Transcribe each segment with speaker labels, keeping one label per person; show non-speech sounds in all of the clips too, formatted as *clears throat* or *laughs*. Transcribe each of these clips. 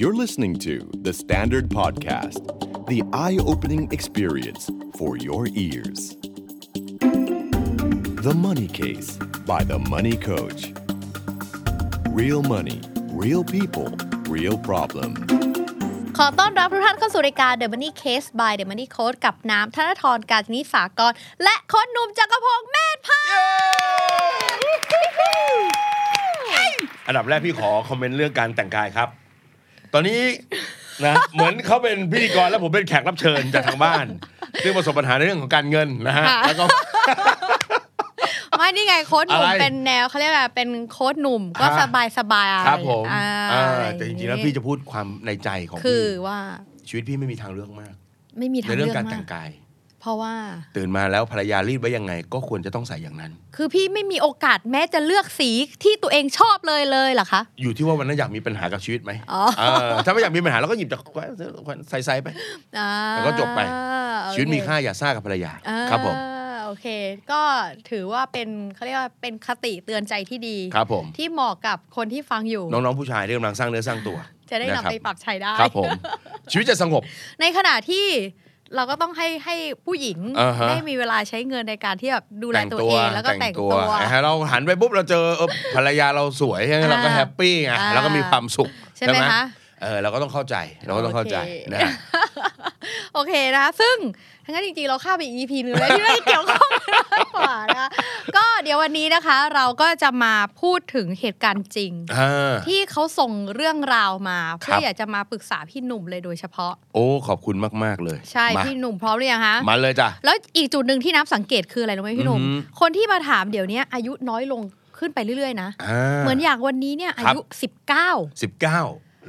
Speaker 1: You're listening to The Standard Podcast, the eye opening experience for your ears. The Money Case by The Money Coach. Real money, real people, real problem.
Speaker 2: ขอต้อนรับทุกท่านเข้าสู่รายการ The Money Case by The Money Coach กับน้ำธนทรการจนิสากร และโค้ชหนุ่มจักรพงษ์เมธพันธ์
Speaker 3: อันดับแรกพี่ขอคอมเมนต์เรื่องการแต่งกายครับ ตอนนี้นะ *laughs* เหมือนเขาเป็นพิธีกรแล้วผมเป็นแขกรับเชิญจากทางบ้าน ซึ่งประสบปัญหาในเรื่องของการเงินนะฮะแล้วก็
Speaker 2: ไม่นี่ไงโค้ชหนุ่ม
Speaker 3: อะไร
Speaker 2: เป็นแนวเขาเรียกว่าเป็นโค้ชหนุ่มก็สบายสบายๆ
Speaker 3: ครับผม
Speaker 2: อ่า
Speaker 3: อ่า
Speaker 2: อะไรอย่าง
Speaker 3: แต่จริ
Speaker 2: นี้
Speaker 3: งๆแล้วพี่จะพูดความในใจของ
Speaker 2: คื
Speaker 3: พี่
Speaker 2: อว่า
Speaker 3: ชีวิตพี่ไม่มีทางเลือกมาก
Speaker 2: ไม่มีทา
Speaker 3: ใน
Speaker 2: ง
Speaker 3: เรื่อ
Speaker 2: เลือ
Speaker 3: ง
Speaker 2: ก
Speaker 3: การ
Speaker 2: มา
Speaker 3: แต่
Speaker 2: ก
Speaker 3: งกาย
Speaker 2: เพราะว่า
Speaker 3: ตื่นมาแล้วภรรยารีดไว้ยังไง ก็ควรจะต้องใส่อย่างนั้น
Speaker 2: คือพี่ไม่มีโอกาสแม้จะเลือกสีที่ตัวเองชอบเลยเลยเหรอคะ
Speaker 3: อยู่ที่ว่าวันนั้นอยากมีปัญหากับชีวิตไหม
Speaker 2: อ๋อ
Speaker 3: เออถ้าไม่อยากมีปัญหาเราก็หยิบจากใส่ๆไป
Speaker 2: อ่า
Speaker 3: แล้วก็จบไป
Speaker 2: โอเ
Speaker 3: ชีวิตมีค่าอย่าซ่ากับภรรยา
Speaker 2: อ่า
Speaker 3: ครับผม
Speaker 2: โอเค ก็ถือว่าเป็นเขาเรียกว่าเป็นคติเตือนใจที่ดี
Speaker 3: ครับผม
Speaker 2: ที่เหมาะกับคนที่ฟังอยู่
Speaker 3: น้องๆผู้ชายที่กำลังสร้างเนื้อสร้างตัว
Speaker 2: จะได้นำ
Speaker 3: ครั
Speaker 2: ไป
Speaker 3: บ
Speaker 2: ปรับใช้ได้
Speaker 3: ครับผม ชีวิตจะสงบ
Speaker 2: ในขณะที่เราก็ต้องให้ให้ผู้หญิง
Speaker 3: อ่าฮะ
Speaker 2: ได้มีเวลาใช้เงินในการที่แบบดูแลตัวเองแล้วก็แต่งตัว
Speaker 3: นะฮะเราหันไปปุ๊บเราเจอเออภรรยาเราสวยใช่ไหม
Speaker 2: อ่า
Speaker 3: เราก็แฮปปี้ไง
Speaker 2: อ่า
Speaker 3: เราก็มีความสุข
Speaker 2: ใช่ไหมคะ
Speaker 3: เออเราก็ต้องเข้าใจเราก็ต้องเข้าใจ
Speaker 2: โอเค
Speaker 3: นะฮะ
Speaker 2: โอเคนะคะซึ่งทั้งนั้นจริงๆ เราข้ามไปอีก EP หนึงเลยที่ไม่ได้เกี่ยวข้องกันมากกว่านะคะก็เดี๋ยววันนี้นะคะ เราก็จะมาพูดถึงเหตุการณ์จริง
Speaker 3: อ่า
Speaker 2: ที่เขาส่งเรื่องราวมาเพื่
Speaker 3: ครั
Speaker 2: อบ อยากจะมาปรึกษาพี่หนุ่มเลยโดยเฉพาะ
Speaker 3: โอ้ขอบคุณมาก ๆ เลย
Speaker 2: ใช่
Speaker 3: มา
Speaker 2: พี่หนุ่มพร้อมหรือยังคะ
Speaker 3: มาเลยจ้ะ
Speaker 2: แล้วอีกจุดหนึ่งที่น้ำสังเกตคืออะไรรู้ไหมพี่หนุ่ม
Speaker 3: อือหือ
Speaker 2: คนที่มาถามเดี๋ยวนี้อายุน้อยลงขึ้นไปเรื่อยๆนะ
Speaker 3: อ่า
Speaker 2: เหมือนอย่างวันนี้เนี่ยอา
Speaker 3: ครับ
Speaker 2: ยุ
Speaker 3: สิบเก้า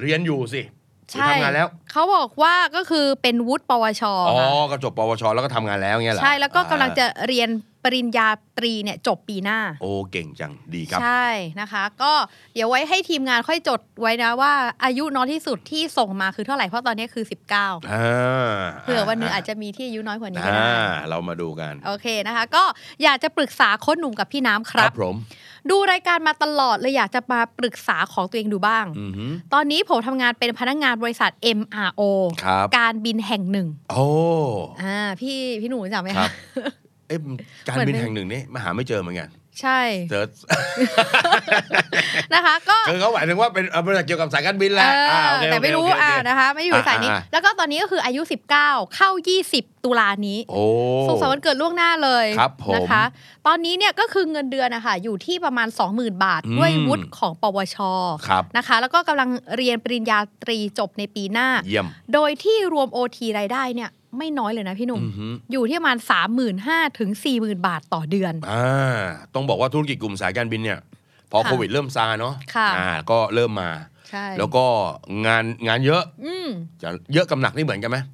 Speaker 3: เรียนอยู่สิ
Speaker 2: 19 ใช่
Speaker 3: หรือทำงานแล้ว
Speaker 2: เขาบอกว่าก็คือเป็นวุฒิปวช
Speaker 3: อ๋อ
Speaker 2: ค่ะ
Speaker 3: ก็จบปวชแล้วก็ทำงานแล้วเงี้ยเหรอ
Speaker 2: ใช่แล้วก็กำลังจะ
Speaker 3: อ่า
Speaker 2: เรียนปริญญาตรีเนี่ยจบปีหน้า
Speaker 3: โอ้เก่งจังดีครับ
Speaker 2: ใช่นะคะ ก็เดี๋ยวไว้ให้ทีมงานค่อยจดไว้นะว่าอายุน้อยที่สุดที่ส่งมาคือเท่าไหร่เพราะตอนนี้คือ 19
Speaker 3: อ่า
Speaker 2: เผื่อวันหนึงอาจจะมีที่อายุน้อยกว่านี้ก็
Speaker 3: อ่า
Speaker 2: ได้
Speaker 3: เรามาดูกัน
Speaker 2: โอเคนะคะ ก็อยากจะปรึกษาโค้ชหนุ่มกับพี่น้ำครับ
Speaker 3: ผม
Speaker 2: ดูรายการมาตลอดเลยอยากจะมาปรึกษาของตัวเองดูบ้าง
Speaker 3: อือหือ
Speaker 2: ตอนนี้ผมทำงานเป็นพนักงานบริษัท MRO
Speaker 3: ครับ
Speaker 2: การบินแห่งหนึ่ง
Speaker 3: โอ้
Speaker 2: อ่าพี่พี่หนูรู้จักไหม
Speaker 3: ครั
Speaker 2: คะ
Speaker 3: บ เอ๊ะการ
Speaker 2: เหมือน
Speaker 3: บิน
Speaker 2: เป็น
Speaker 3: แห่งหนึ่งนี่มาหาไม่เจอเหมือนกัน
Speaker 2: ใช่
Speaker 3: เจอ
Speaker 2: นะคะ ก็
Speaker 3: คือเขาหมายถึงว่าเป็นเอ่อบริษัทเกี่ยวกับสายการบินแห
Speaker 2: เอ
Speaker 3: ละา
Speaker 2: อ
Speaker 3: โอเค
Speaker 2: แต่ไม่
Speaker 3: โเค
Speaker 2: รู้
Speaker 3: โเคโเค
Speaker 2: อ่านะคะ ไม่อยู่ในสายนี้
Speaker 3: อ่าอ่า
Speaker 2: แล้วก็ตอนนี้ก็คืออายุ 19 เข้า 20 ตุลานี้
Speaker 3: โอ้
Speaker 2: สงสารวันเกิดล่วงหน้าเลย
Speaker 3: ครับผม
Speaker 2: นะคะ ตอนนี้เนี่ยก็คือเงินเดือนนะคะอยู่ที่ประมาณ 20,000 บาท
Speaker 3: อืม
Speaker 2: ด้วยวุฒิของ ปวช
Speaker 3: ครับ
Speaker 2: นะคะ แล้วก็กำลังเรียนปริญญาตรีจบในปีหน้า
Speaker 3: เยี่ยม
Speaker 2: โดยที่รวม OT รายได้เนี่ยไม่น้อยเลยนะพี่หนุ่ม
Speaker 3: อือหือ
Speaker 2: อยู่ที่ประมาณ 35,000ถึง40,000 บาทต่อเดือน
Speaker 3: อ่าต้องบอกว่าธุรกิจกลุ่มสายการบินเนี่ย พอ
Speaker 2: ค่ะ
Speaker 3: โควิดเริ่มซาเนาะ
Speaker 2: ค่ะ
Speaker 3: อ่าก็เริ่มมา
Speaker 2: ใช่
Speaker 3: แล้วก็งานงานเยอะ
Speaker 2: อืม
Speaker 3: จะเยอะกำหนักนี่เหมือนกันไหม เ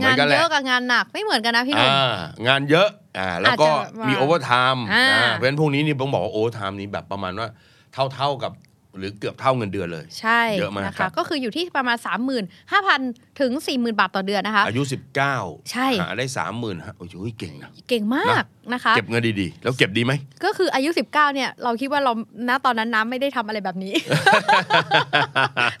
Speaker 3: หมื
Speaker 2: งา
Speaker 3: อนนกันแห
Speaker 2: เย
Speaker 3: ละ
Speaker 2: อะกับงานหนักไม่เหมือนกันนะพี่หนุ่ม
Speaker 3: อ่างานเยอะอ่าแล้วก็
Speaker 2: อาจจะ
Speaker 3: มีโอเวอร์ไทม์
Speaker 2: อ่า
Speaker 3: อ่าเพราะฉะนั้นพวกนี้นี่ต้องบอกว่าโอเวอร์ไทม์นี่แบบประมาณว่าเท่าๆกับหรือเกือบเท่าเงินเดือนเลย
Speaker 2: ใช่
Speaker 3: เยอะมาก
Speaker 2: นะ
Speaker 3: ครั
Speaker 2: คะ
Speaker 3: บ
Speaker 2: ก็คืออยู่ที่ประมาณ 35,000ถึง40,000 บาทต่อเดือนนะคะ
Speaker 3: อายุ 19
Speaker 2: ใช่
Speaker 3: หาได้ 30,000ื่นฮะโอ้โหเก่งนะ
Speaker 2: เก่งมากนะคะ
Speaker 3: เก็บเงินดีๆ แล้วเก็บดีไหม
Speaker 2: ก็คืออายุ 19 เนี่ย เราคิดว่าเราณตอนนั้นน้ำไม่ได้ทำอะไรแบบ
Speaker 3: *laughs*
Speaker 2: นี้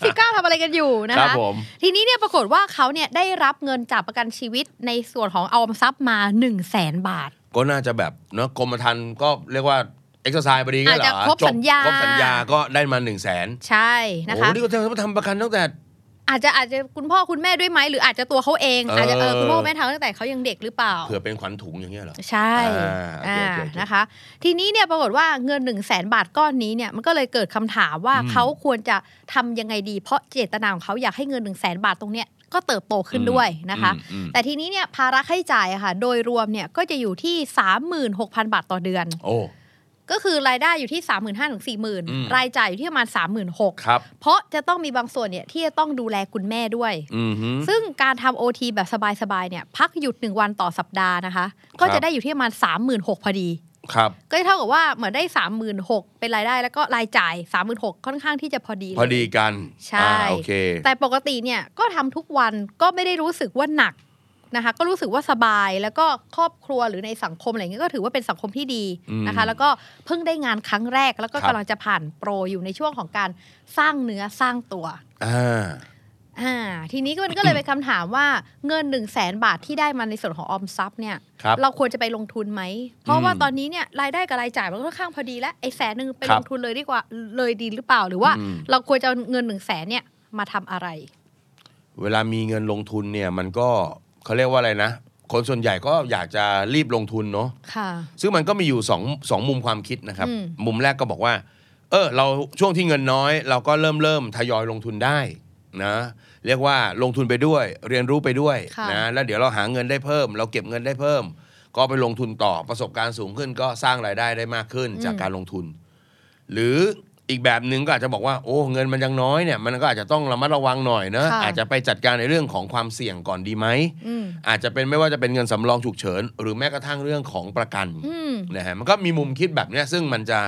Speaker 2: 19ทำอะไรกันอยู่นะ
Speaker 3: ครั
Speaker 2: คะ
Speaker 3: ผม
Speaker 2: ทีนี้เนี่ยปรากฏว่าเขาเนี่ยได้รับเงินจากประกันชีวิตในส่วนของออมทรัพย์มา 1 0 0 0 0แสนบาท
Speaker 3: ก็น่าจะแบบเนาะกรมธรรม์ก็เรียกว่าเอ็กซ์ไซส์พอดีก็
Speaker 2: อาจ
Speaker 3: เหร
Speaker 2: จะ
Speaker 3: อ
Speaker 2: ครบ
Speaker 3: จ
Speaker 2: สัญญา
Speaker 3: ครบสัญญาก็ได้มาหนึ่งแสน
Speaker 2: ใช่นะ
Speaker 3: โอ้
Speaker 2: คะ
Speaker 3: นี่ก็ทำประกันตั้งแต่
Speaker 2: อาจจะอาจจะคุณพ่อคุณแม่ด้วยไหมหรืออาจจะตัวเขาเอง
Speaker 3: เอออ
Speaker 2: อาจจะเออคุณพ่อคุณแม่ทำตั้งแต่เขายังเด็กหรือเปล่า
Speaker 3: เผื่อเป็นขวัญถุงอย่างเงี้ยเหรอ
Speaker 2: ใช่
Speaker 3: อ่าโอเคโอเคโอเค
Speaker 2: นะคะ ทีนี้เนี่ยปรากฏว่าเงิน1นึ่งแสนบาทก้อนนี้เนี่ยมันก็เลยเกิดคำถามว่า
Speaker 3: อืม
Speaker 2: เขาควรจะทำยังไงดี เพราะเจตนาของเขาอยากให้เงิน1นึ่งแสนบาทตรงเนี้ยก็เติบโตขึ้นด้วยนะคะ
Speaker 3: อืมอืม
Speaker 2: แต่ทีนี้เนี่ยภาระค่าใช้จ่ายอะค่ะโดยรวมเนี่ยก็จะอยู่ที่ 36,000 บาทต่อเดือน
Speaker 3: โอ้
Speaker 2: ก็คือรายได้อยู่ที่ 3 5 0 0 0ถึง
Speaker 3: อืม
Speaker 2: 40,000 รายจ่ายอยู่ที่ประมาณ 36,000
Speaker 3: ครับ
Speaker 2: เพราะจะต้องมีบางส่วนเนี่ยที่จะต้องดูแลคุณแม่ด้วย
Speaker 3: อือหือ
Speaker 2: ซึ่งการทำโอทีแบบสบาย ๆ เนี่ย พักหยุด 1 วันต่อสัปดาห์นะคะ ก็
Speaker 3: ครับ
Speaker 2: จะได้อยู่ที่ประมาณ 36,000พอดี
Speaker 3: ครับ
Speaker 2: ก็เท่ากับว่าเหมือนได้ 36,000เป็นรายได้แล้วก็รายจ่าย 36,000ค่อนข้างที่จะพอดีเลย
Speaker 3: พอดีกัน
Speaker 2: ใช่
Speaker 3: อ่าโอเค
Speaker 2: แต่ปกติเนี่ยก็ทำทุกวันก็ไม่ได้รู้สึกว่าหนักนะคะ ก็รู้สึกว่าสบายแล้วก็ครอบครัวหรือในสังคมอะไรเงี้ยก็ถือว่าเป็นสังคมที่ดีนะคะ
Speaker 3: อืม
Speaker 2: แล้วก็เพิ่งได้งานครั้งแรกแล้วก็
Speaker 3: ครับ
Speaker 2: กำลังจะผ่านโปรอยู่ในช่วงของการสร้างเนื้อสร้างตัว
Speaker 3: อ่า
Speaker 2: อ่าทีนี้ก็มันก็เลยเป็นคำถามว่าเงิน1นึ่งแสนบาทที่ได้มาในส่วนของออมทรัพย์เนี่ย
Speaker 3: ครับ
Speaker 2: เราควรจะไปลงทุนไหม เพราะว่า
Speaker 3: อืม
Speaker 2: ตอนนี้เนี่ยรายได้กับรายจ่ายมันค่อนข้างพอดีแล้วไอ้แสนหนึ่งไป
Speaker 3: ครั
Speaker 2: ล
Speaker 3: บ
Speaker 2: งทุนเลยดีกว่าเลยดีหรือเปล่าหรือว่า
Speaker 3: อืม
Speaker 2: เราควรจะเอาเงินหนึ่งแสนเนี่ยมาทำอะไร
Speaker 3: เวลามีเงินลงทุนเนี่ยมันก็เขาเรียกว่าอะไรนะ คนส่วนใหญ่ก็อยากจะรีบลงทุนเนาะ
Speaker 2: ค่ะ
Speaker 3: ซึ่งมันก็มีอยู่สองสองมุมความคิดนะครับ
Speaker 2: อืม
Speaker 3: มุมแรกก็บอกว่า เออเราช่วงที่เงินน้อย เราก็เริ่มเริ่มทยอยลงทุนได้นะเรียกว่าลงทุนไปด้วย เรียนรู้ไปด้วย
Speaker 2: ค่ะ
Speaker 3: นะแล้วเดี๋ยวเราหาเงินได้เพิ่ม เราเก็บเงินได้เพิ่ม ก็ไปลงทุนต่อประสบการณ์สูงขึ้น ก็สร้างรายได้ได้มากขึ้น
Speaker 2: อืม
Speaker 3: จากการลงทุน หรืออีกแบบหนึ่งก็อาจจะบอกว่าโอ้เงินมันยังน้อยเนี่ยมันก็อาจจะต้องระมัดระวังหน่อยนะ
Speaker 2: ค่ะ
Speaker 3: อาจจะไปจัดการในเรื่องของความเสี่ยงก่อนดีไหม
Speaker 2: อืม
Speaker 3: อาจจะเป็นไม่ว่าจะเป็นเงินสำรองฉุกเฉิน หรือแม้กระทั่งเรื่องของประกัน
Speaker 2: อืม
Speaker 3: นะฮะมันก็มีมุมคิดแบบเนี้ยซึ่งมันจะ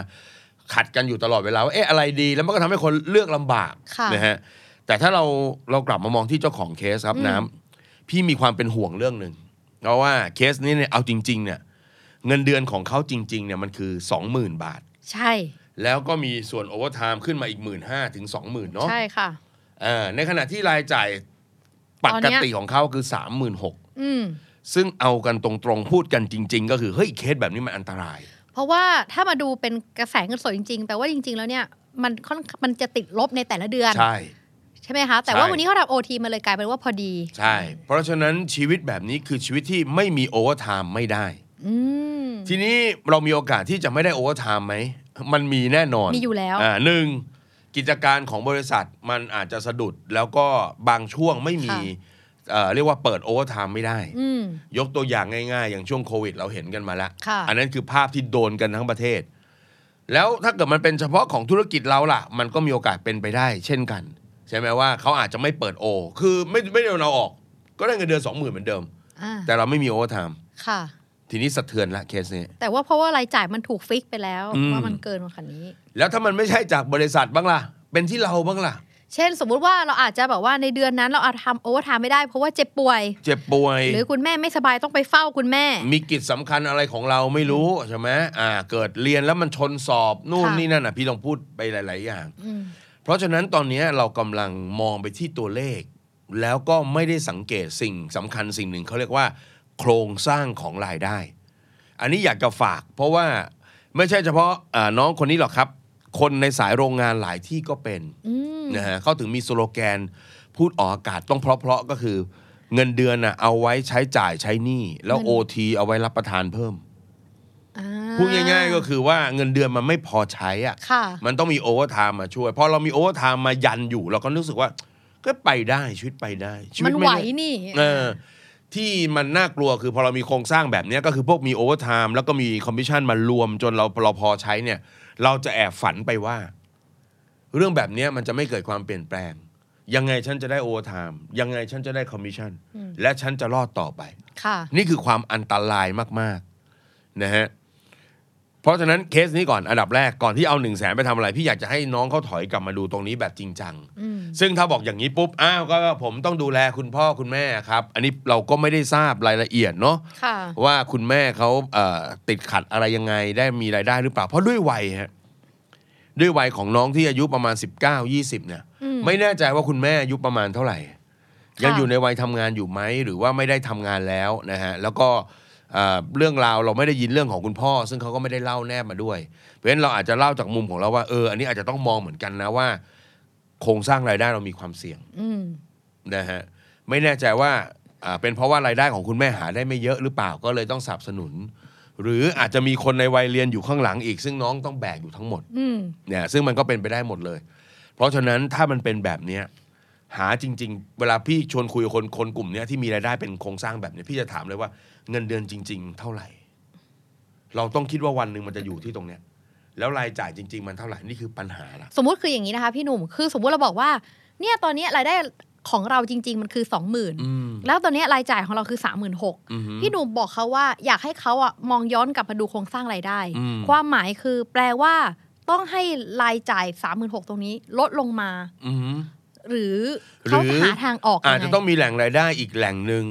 Speaker 3: ขัดกันอยู่ตลอดเวลาว่าเอ๊ะอะไรดี แล้วมันก็ทำให้คนเลือกลำบาก
Speaker 2: ค่ะ
Speaker 3: นะฮะแต่ถ้าเราเรากลับมามองที่เจ้าของเคสครับ
Speaker 2: อืม
Speaker 3: น้ำพี่มีความเป็นห่วงเรื่องหนึ่งเพราะว่าเคสนี้เนี่ยเอาจริง ๆ เนี่ยเงินเดือนของเขาจริงๆเนี่ยมันคือ 20,000 บาท
Speaker 2: ใช่
Speaker 3: แล้วก็มีส่วนโอเวอร์ไทม์ขึ้นมาอีกหมื่นห้าถึงสองหมื่นเนาะ
Speaker 2: ใช่ค่ะ
Speaker 3: เออในขณะที่รายจ่ายป
Speaker 2: ตอน
Speaker 3: ก
Speaker 2: เนี้ย
Speaker 3: ติของเขาคือสามหมื่นหก
Speaker 2: อืม
Speaker 3: ซึ่งเอากันตรงๆ พูดกันจริง ๆ ก็คือ เฮ้ย เคสแบบนี้มันอันตราย
Speaker 2: เพราะว่าถ้ามาดูเป็นกระแสเงินสดจริงๆแปลว่าจริง ๆ แล้วเนี่ยมันค่อนมันจะติดลบในแต่ละเดือน
Speaker 3: ใช่
Speaker 2: ใช่ไหมคะ แต่ว่า
Speaker 3: ใช่
Speaker 2: วันนี้เขาทำโอทีมาเลยกลายเป็นว่าพอดี
Speaker 3: ใช่ เพราะฉะนั้นชีวิตแบบนี้คือชีวิตที่ไม่มีโอเวอร์ไทม์ไม่ได้
Speaker 2: อืม
Speaker 3: ทีนี้เรามีโอกาสที่จะไม่ได้โอเวอร์ไทม์ไหม มันมีแน่นอน
Speaker 2: มีอยู่แล้ว
Speaker 3: อ่าหนึ่งกิจการของบริษัทมันอาจจะสะดุดแล้วก็บางช่วงไม่มีเอ่อเรียกว่าเปิดโอเวอร์ไทม์ไม่ได้
Speaker 2: อืม
Speaker 3: ยกตัวอย่างง่ายๆ อย่างช่วงโควิดเราเห็นกันมาแล้ว
Speaker 2: ค่ะ
Speaker 3: อันนั้นคือภาพที่โดนกันทั้งประเทศ แล้วถ้าเกิดมันเป็นเฉพาะของธุรกิจเราล่ะ มันก็มีโอกาสเป็นไปได้ เช่นกัน ใช่ไหมว่าเขาอาจจะไม่เปิดโอ คือไม่ไม่ได้เอาเราออก ก็ได้เงินเดือนสองหมื่นเหมือนเดิม
Speaker 2: อ่า
Speaker 3: แต่เราไม่มีโอเวอร์ไทม์
Speaker 2: ค่ะ
Speaker 3: ทีนี้สะเทือนละเคสนี้
Speaker 2: แต่ว่าเพราะว่ารายจ่ายมันถูกฟิกไปแล้ว
Speaker 3: อืม
Speaker 2: ว่ามันเกินกว่าคันนี้
Speaker 3: แล้วถ้ามันไม่ใช่จากบริษัทบ้างล่ะ เป็นที่เราบ้างล่ะ
Speaker 2: เช่น สมมุติว่าเราอาจจะแบบว่าในเดือนนั้นเราอาจทำโอเวอร์ไทม์ไม่ได้เพราะว่าเจ็บป่วย
Speaker 3: เจ็บป่วย
Speaker 2: หรือคุณแม่ไม่สบายต้องไปเฝ้าคุณแม่
Speaker 3: มีกิจสำคัญอะไรของเราไม่รู้ใช่ไหมอ่า เกิดเรียนแล้วมันชนสอบนู่น
Speaker 2: ค่ะ
Speaker 3: นี่นั่นอ่ะพี่ต้องพูดไปหลาย ๆ อย่าง
Speaker 2: อืม
Speaker 3: เพราะฉะนั้นตอนนี้เรากำลังมองไปที่ตัวเลข แล้วก็ไม่ได้สังเกตสิ่งสำคัญสิ่งหนึ่งเขาเรียกว่า โครงสร้างของรายได้ อันนี้อยากจะฝาก เพราะว่าไม่ใช่เฉพาะอ่าน้องคนนี้หรอกครับ คนในสายโรงงานหลายที่ก็เป็น
Speaker 2: อืม
Speaker 3: นะฮะเขาถึงมีสโลแกน พูดออกอากาศต้องเพราะๆก็คือ เงินเดือนน่ะเอาไว้ใช้จ่ายใช้หนี้แล้ว
Speaker 2: เงิ
Speaker 3: โอน ทีเอาไว้รับประทานเพิ่ม
Speaker 2: อ่
Speaker 3: พูดง่าย ๆ ก็คือว่าเงินเดือนมันไม่พอใช้อ่ะ
Speaker 2: ค่ะ
Speaker 3: มันต้องมีโอเวอร์ไทม์มาช่วยพอเรามีโอเวอร์ไทม์มายันอยู่เราก็รู้สึกว่า ก็ไปได้ชีวิตไปได้ชี
Speaker 2: มัน
Speaker 3: ตไม่
Speaker 2: ไหว
Speaker 3: ได้
Speaker 2: นี่
Speaker 3: เออ ที่มันน่ากลัวคือพอเรามีโครงสร้างแบบเนี้ยก็คือพวกมีโอเวอร์ไทม์แล้วก็มีคอมมิชชั่นมารวมจนเราเราพอใช้เนี่ย เราจะแอบฝันไปว่า เรื่องแบบเนี้ยมันจะไม่เกิดความเปลี่ยนแปลง ยังไงฉันจะได้โอเวอร์ไทม์ยังไงฉันจะได้คอมมิชชั่นและฉันจะรอดต่อไป
Speaker 2: ค่ะ
Speaker 3: นี่คือความอันตรายมาก ๆ นะฮะ เพราะฉะนั้นเคสนี้ก่อนอันดับแรกก่อนที่เอา1นึ่งแสนไปทำอะไร พี่อยากจะให้น้องเขาถอยกลับมาดูตรงนี้แบบจริงจัง
Speaker 2: อืม
Speaker 3: ซึ่งถ้าบอกอย่างนี้ปุ๊บ อ้าว ก็ผมต้องดูแลคุณพ่อคุณแม่ครับ อันนี้เราก็ไม่ได้ทราบรายละเอียดเนาะ
Speaker 2: ค่ะ
Speaker 3: ว่าคุณแม่เขาเอ่อติดขัดอะไรยังไงได้มีรายได้หรือเปล่า เพราะด้วยวัยฮะด้วยวัยของน้องที่อายุประมาณ 19-20 เนี่ย
Speaker 2: อืม
Speaker 3: ไม่แน่ใจว่าคุณแม่อายุประมาณเท่าไหร่
Speaker 2: ค่ะ
Speaker 3: ยังอยู่ในวัยทำงานอยู่ไหมหรือว่าไม่ได้ทำงานแล้วนะฮะแล้วก็เอ่อเรื่องราวเราไม่ได้ยินเรื่องของคุณพ่อ ซึ่งเขาก็ไม่ได้เล่าแนบมาด้วย เพราะฉะนั้นเราอาจจะเล่าจากมุมของเราว่าเอออันนี้อาจจะต้องมองเหมือนกันนะว่า โครงสร้างรายได้เรามีความเสี่ยง
Speaker 2: อืม
Speaker 3: นะฮะไม่แน่ใจว่าอ่าเป็นเพราะว่ารายได้ของคุณแม่หาได้ไม่เยอะหรือเปล่าก็เลยต้องสนับสนุน หรืออาจจะมีคนในวัยเรียนอยู่ข้างหลังอีก ซึ่งน้องต้องแบกอยู่ทั้งหมด
Speaker 2: อืม
Speaker 3: เนี่ยซึ่งมันก็เป็นไปได้หมดเลย เพราะฉะนั้นถ้ามันเป็นแบบเนี้ยหาจริง ๆ เวลาพี่ชวนคุยกับคนคนกลุ่มเนี้ยที่มีรายได้เป็นโครงสร้างแบบเนี้ยพี่จะถามเลยว่าเงินเดือนจริง ๆ เท่าไหร่ เราต้องคิดว่าวันหนึ่งมันจะอยู่ที่ตรงเนี้ย แล้วรายจ่ายจริง ๆ มันเท่าไหร่นี่คือปัญหาละ
Speaker 2: สมมุติคืออย่างนี้นะคะพี่หนุ่ม คือสมมุติเราบอกว่า เนี่ยตอนเนี้ยรายได้ของเราจริง ๆ มันคือสองหมื่น
Speaker 3: อืม
Speaker 2: แล้วตอนเนี้ยรายจ่ายของเราคือสามหมื่นหก
Speaker 3: อือฮึ
Speaker 2: พี่หนุ่มบอกเขาว่าอยากให้เขาอะมองย้อนกลับมาดูโครงสร้างรายได้
Speaker 3: อืม
Speaker 2: ความหมายคือแปลว่า ต้องให้รายจ่าย 36,000 ตรงนี้ ลดลงมา
Speaker 3: อือฮึ
Speaker 2: หรือ
Speaker 3: หรือ
Speaker 2: เขาหาทางออก
Speaker 3: อาจ
Speaker 2: ยั
Speaker 3: จะ
Speaker 2: ไ
Speaker 3: ต้องมีแหล่งรายได้อีกแหล่งหนึ่ง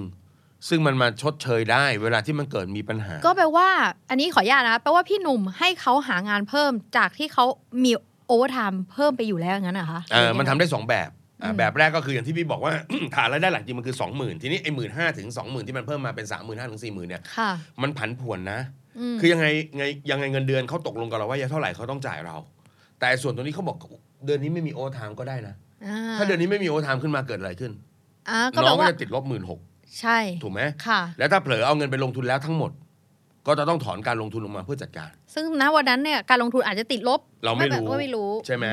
Speaker 3: ซึ่งมันมาชดเชยได้ เวลาที่มันเกิดมีปัญหา
Speaker 2: ก็แปลว่า อันนี้ขออนุญาตนะแปลว่าพี่หนุ่มให้เขาหางานเพิ่มจากที่เขามีโอเวอร์ไทม์เพิ่มไปอยู่แล้วอย่างนั้นเหรอคะ
Speaker 3: เออมันทำได้สองแบบ อ่าแบบแรกก็คืออย่างที่พี่บอกว่า *clears throat* ฐานรายได้หลักจริงมันคือ 20,000 ทีนี้ไอ้หมื่นห้าถึงสองหมื่นที่มันเพิ่มมาเป็นสามหมื่นห้าถึงสี่หมื่นเนี่ย
Speaker 2: ค่ะ
Speaker 3: มันผันผวนนะ
Speaker 2: อืม
Speaker 3: คือยังไงไงยังไงเงินเดือนเขาตกลงกับเราว่าจะเท่าไหร่เขาต้องจ่ายเรา แต่ส่วนตรงนี้เขาบอกเดือนนี้ไม่มีโอทามก็ได้นะ ถ้าเดือนนี้ไม่มีโอทามขึ้นมาเกิดอะไรขึ้น
Speaker 2: อ่าก็
Speaker 3: น้
Speaker 2: แบ
Speaker 3: อง
Speaker 2: บ
Speaker 3: ก็
Speaker 2: ว่า
Speaker 3: จะติดลบหมื่นหก
Speaker 2: ใช่
Speaker 3: ถูกไหม
Speaker 2: ค่ะ
Speaker 3: แล้วถ้าเผลอเอาเงินไปลงทุนแล้วทั้งหมด ก็จะต้องถอนการลงทุนออกมาเพื่อจัดการ
Speaker 2: ซึ่งณวันนั้นเนี่ยการลงทุนอาจจะติดลบ
Speaker 3: เราไม่รู้
Speaker 2: ก็ไม่รู้
Speaker 3: ใช่ไหม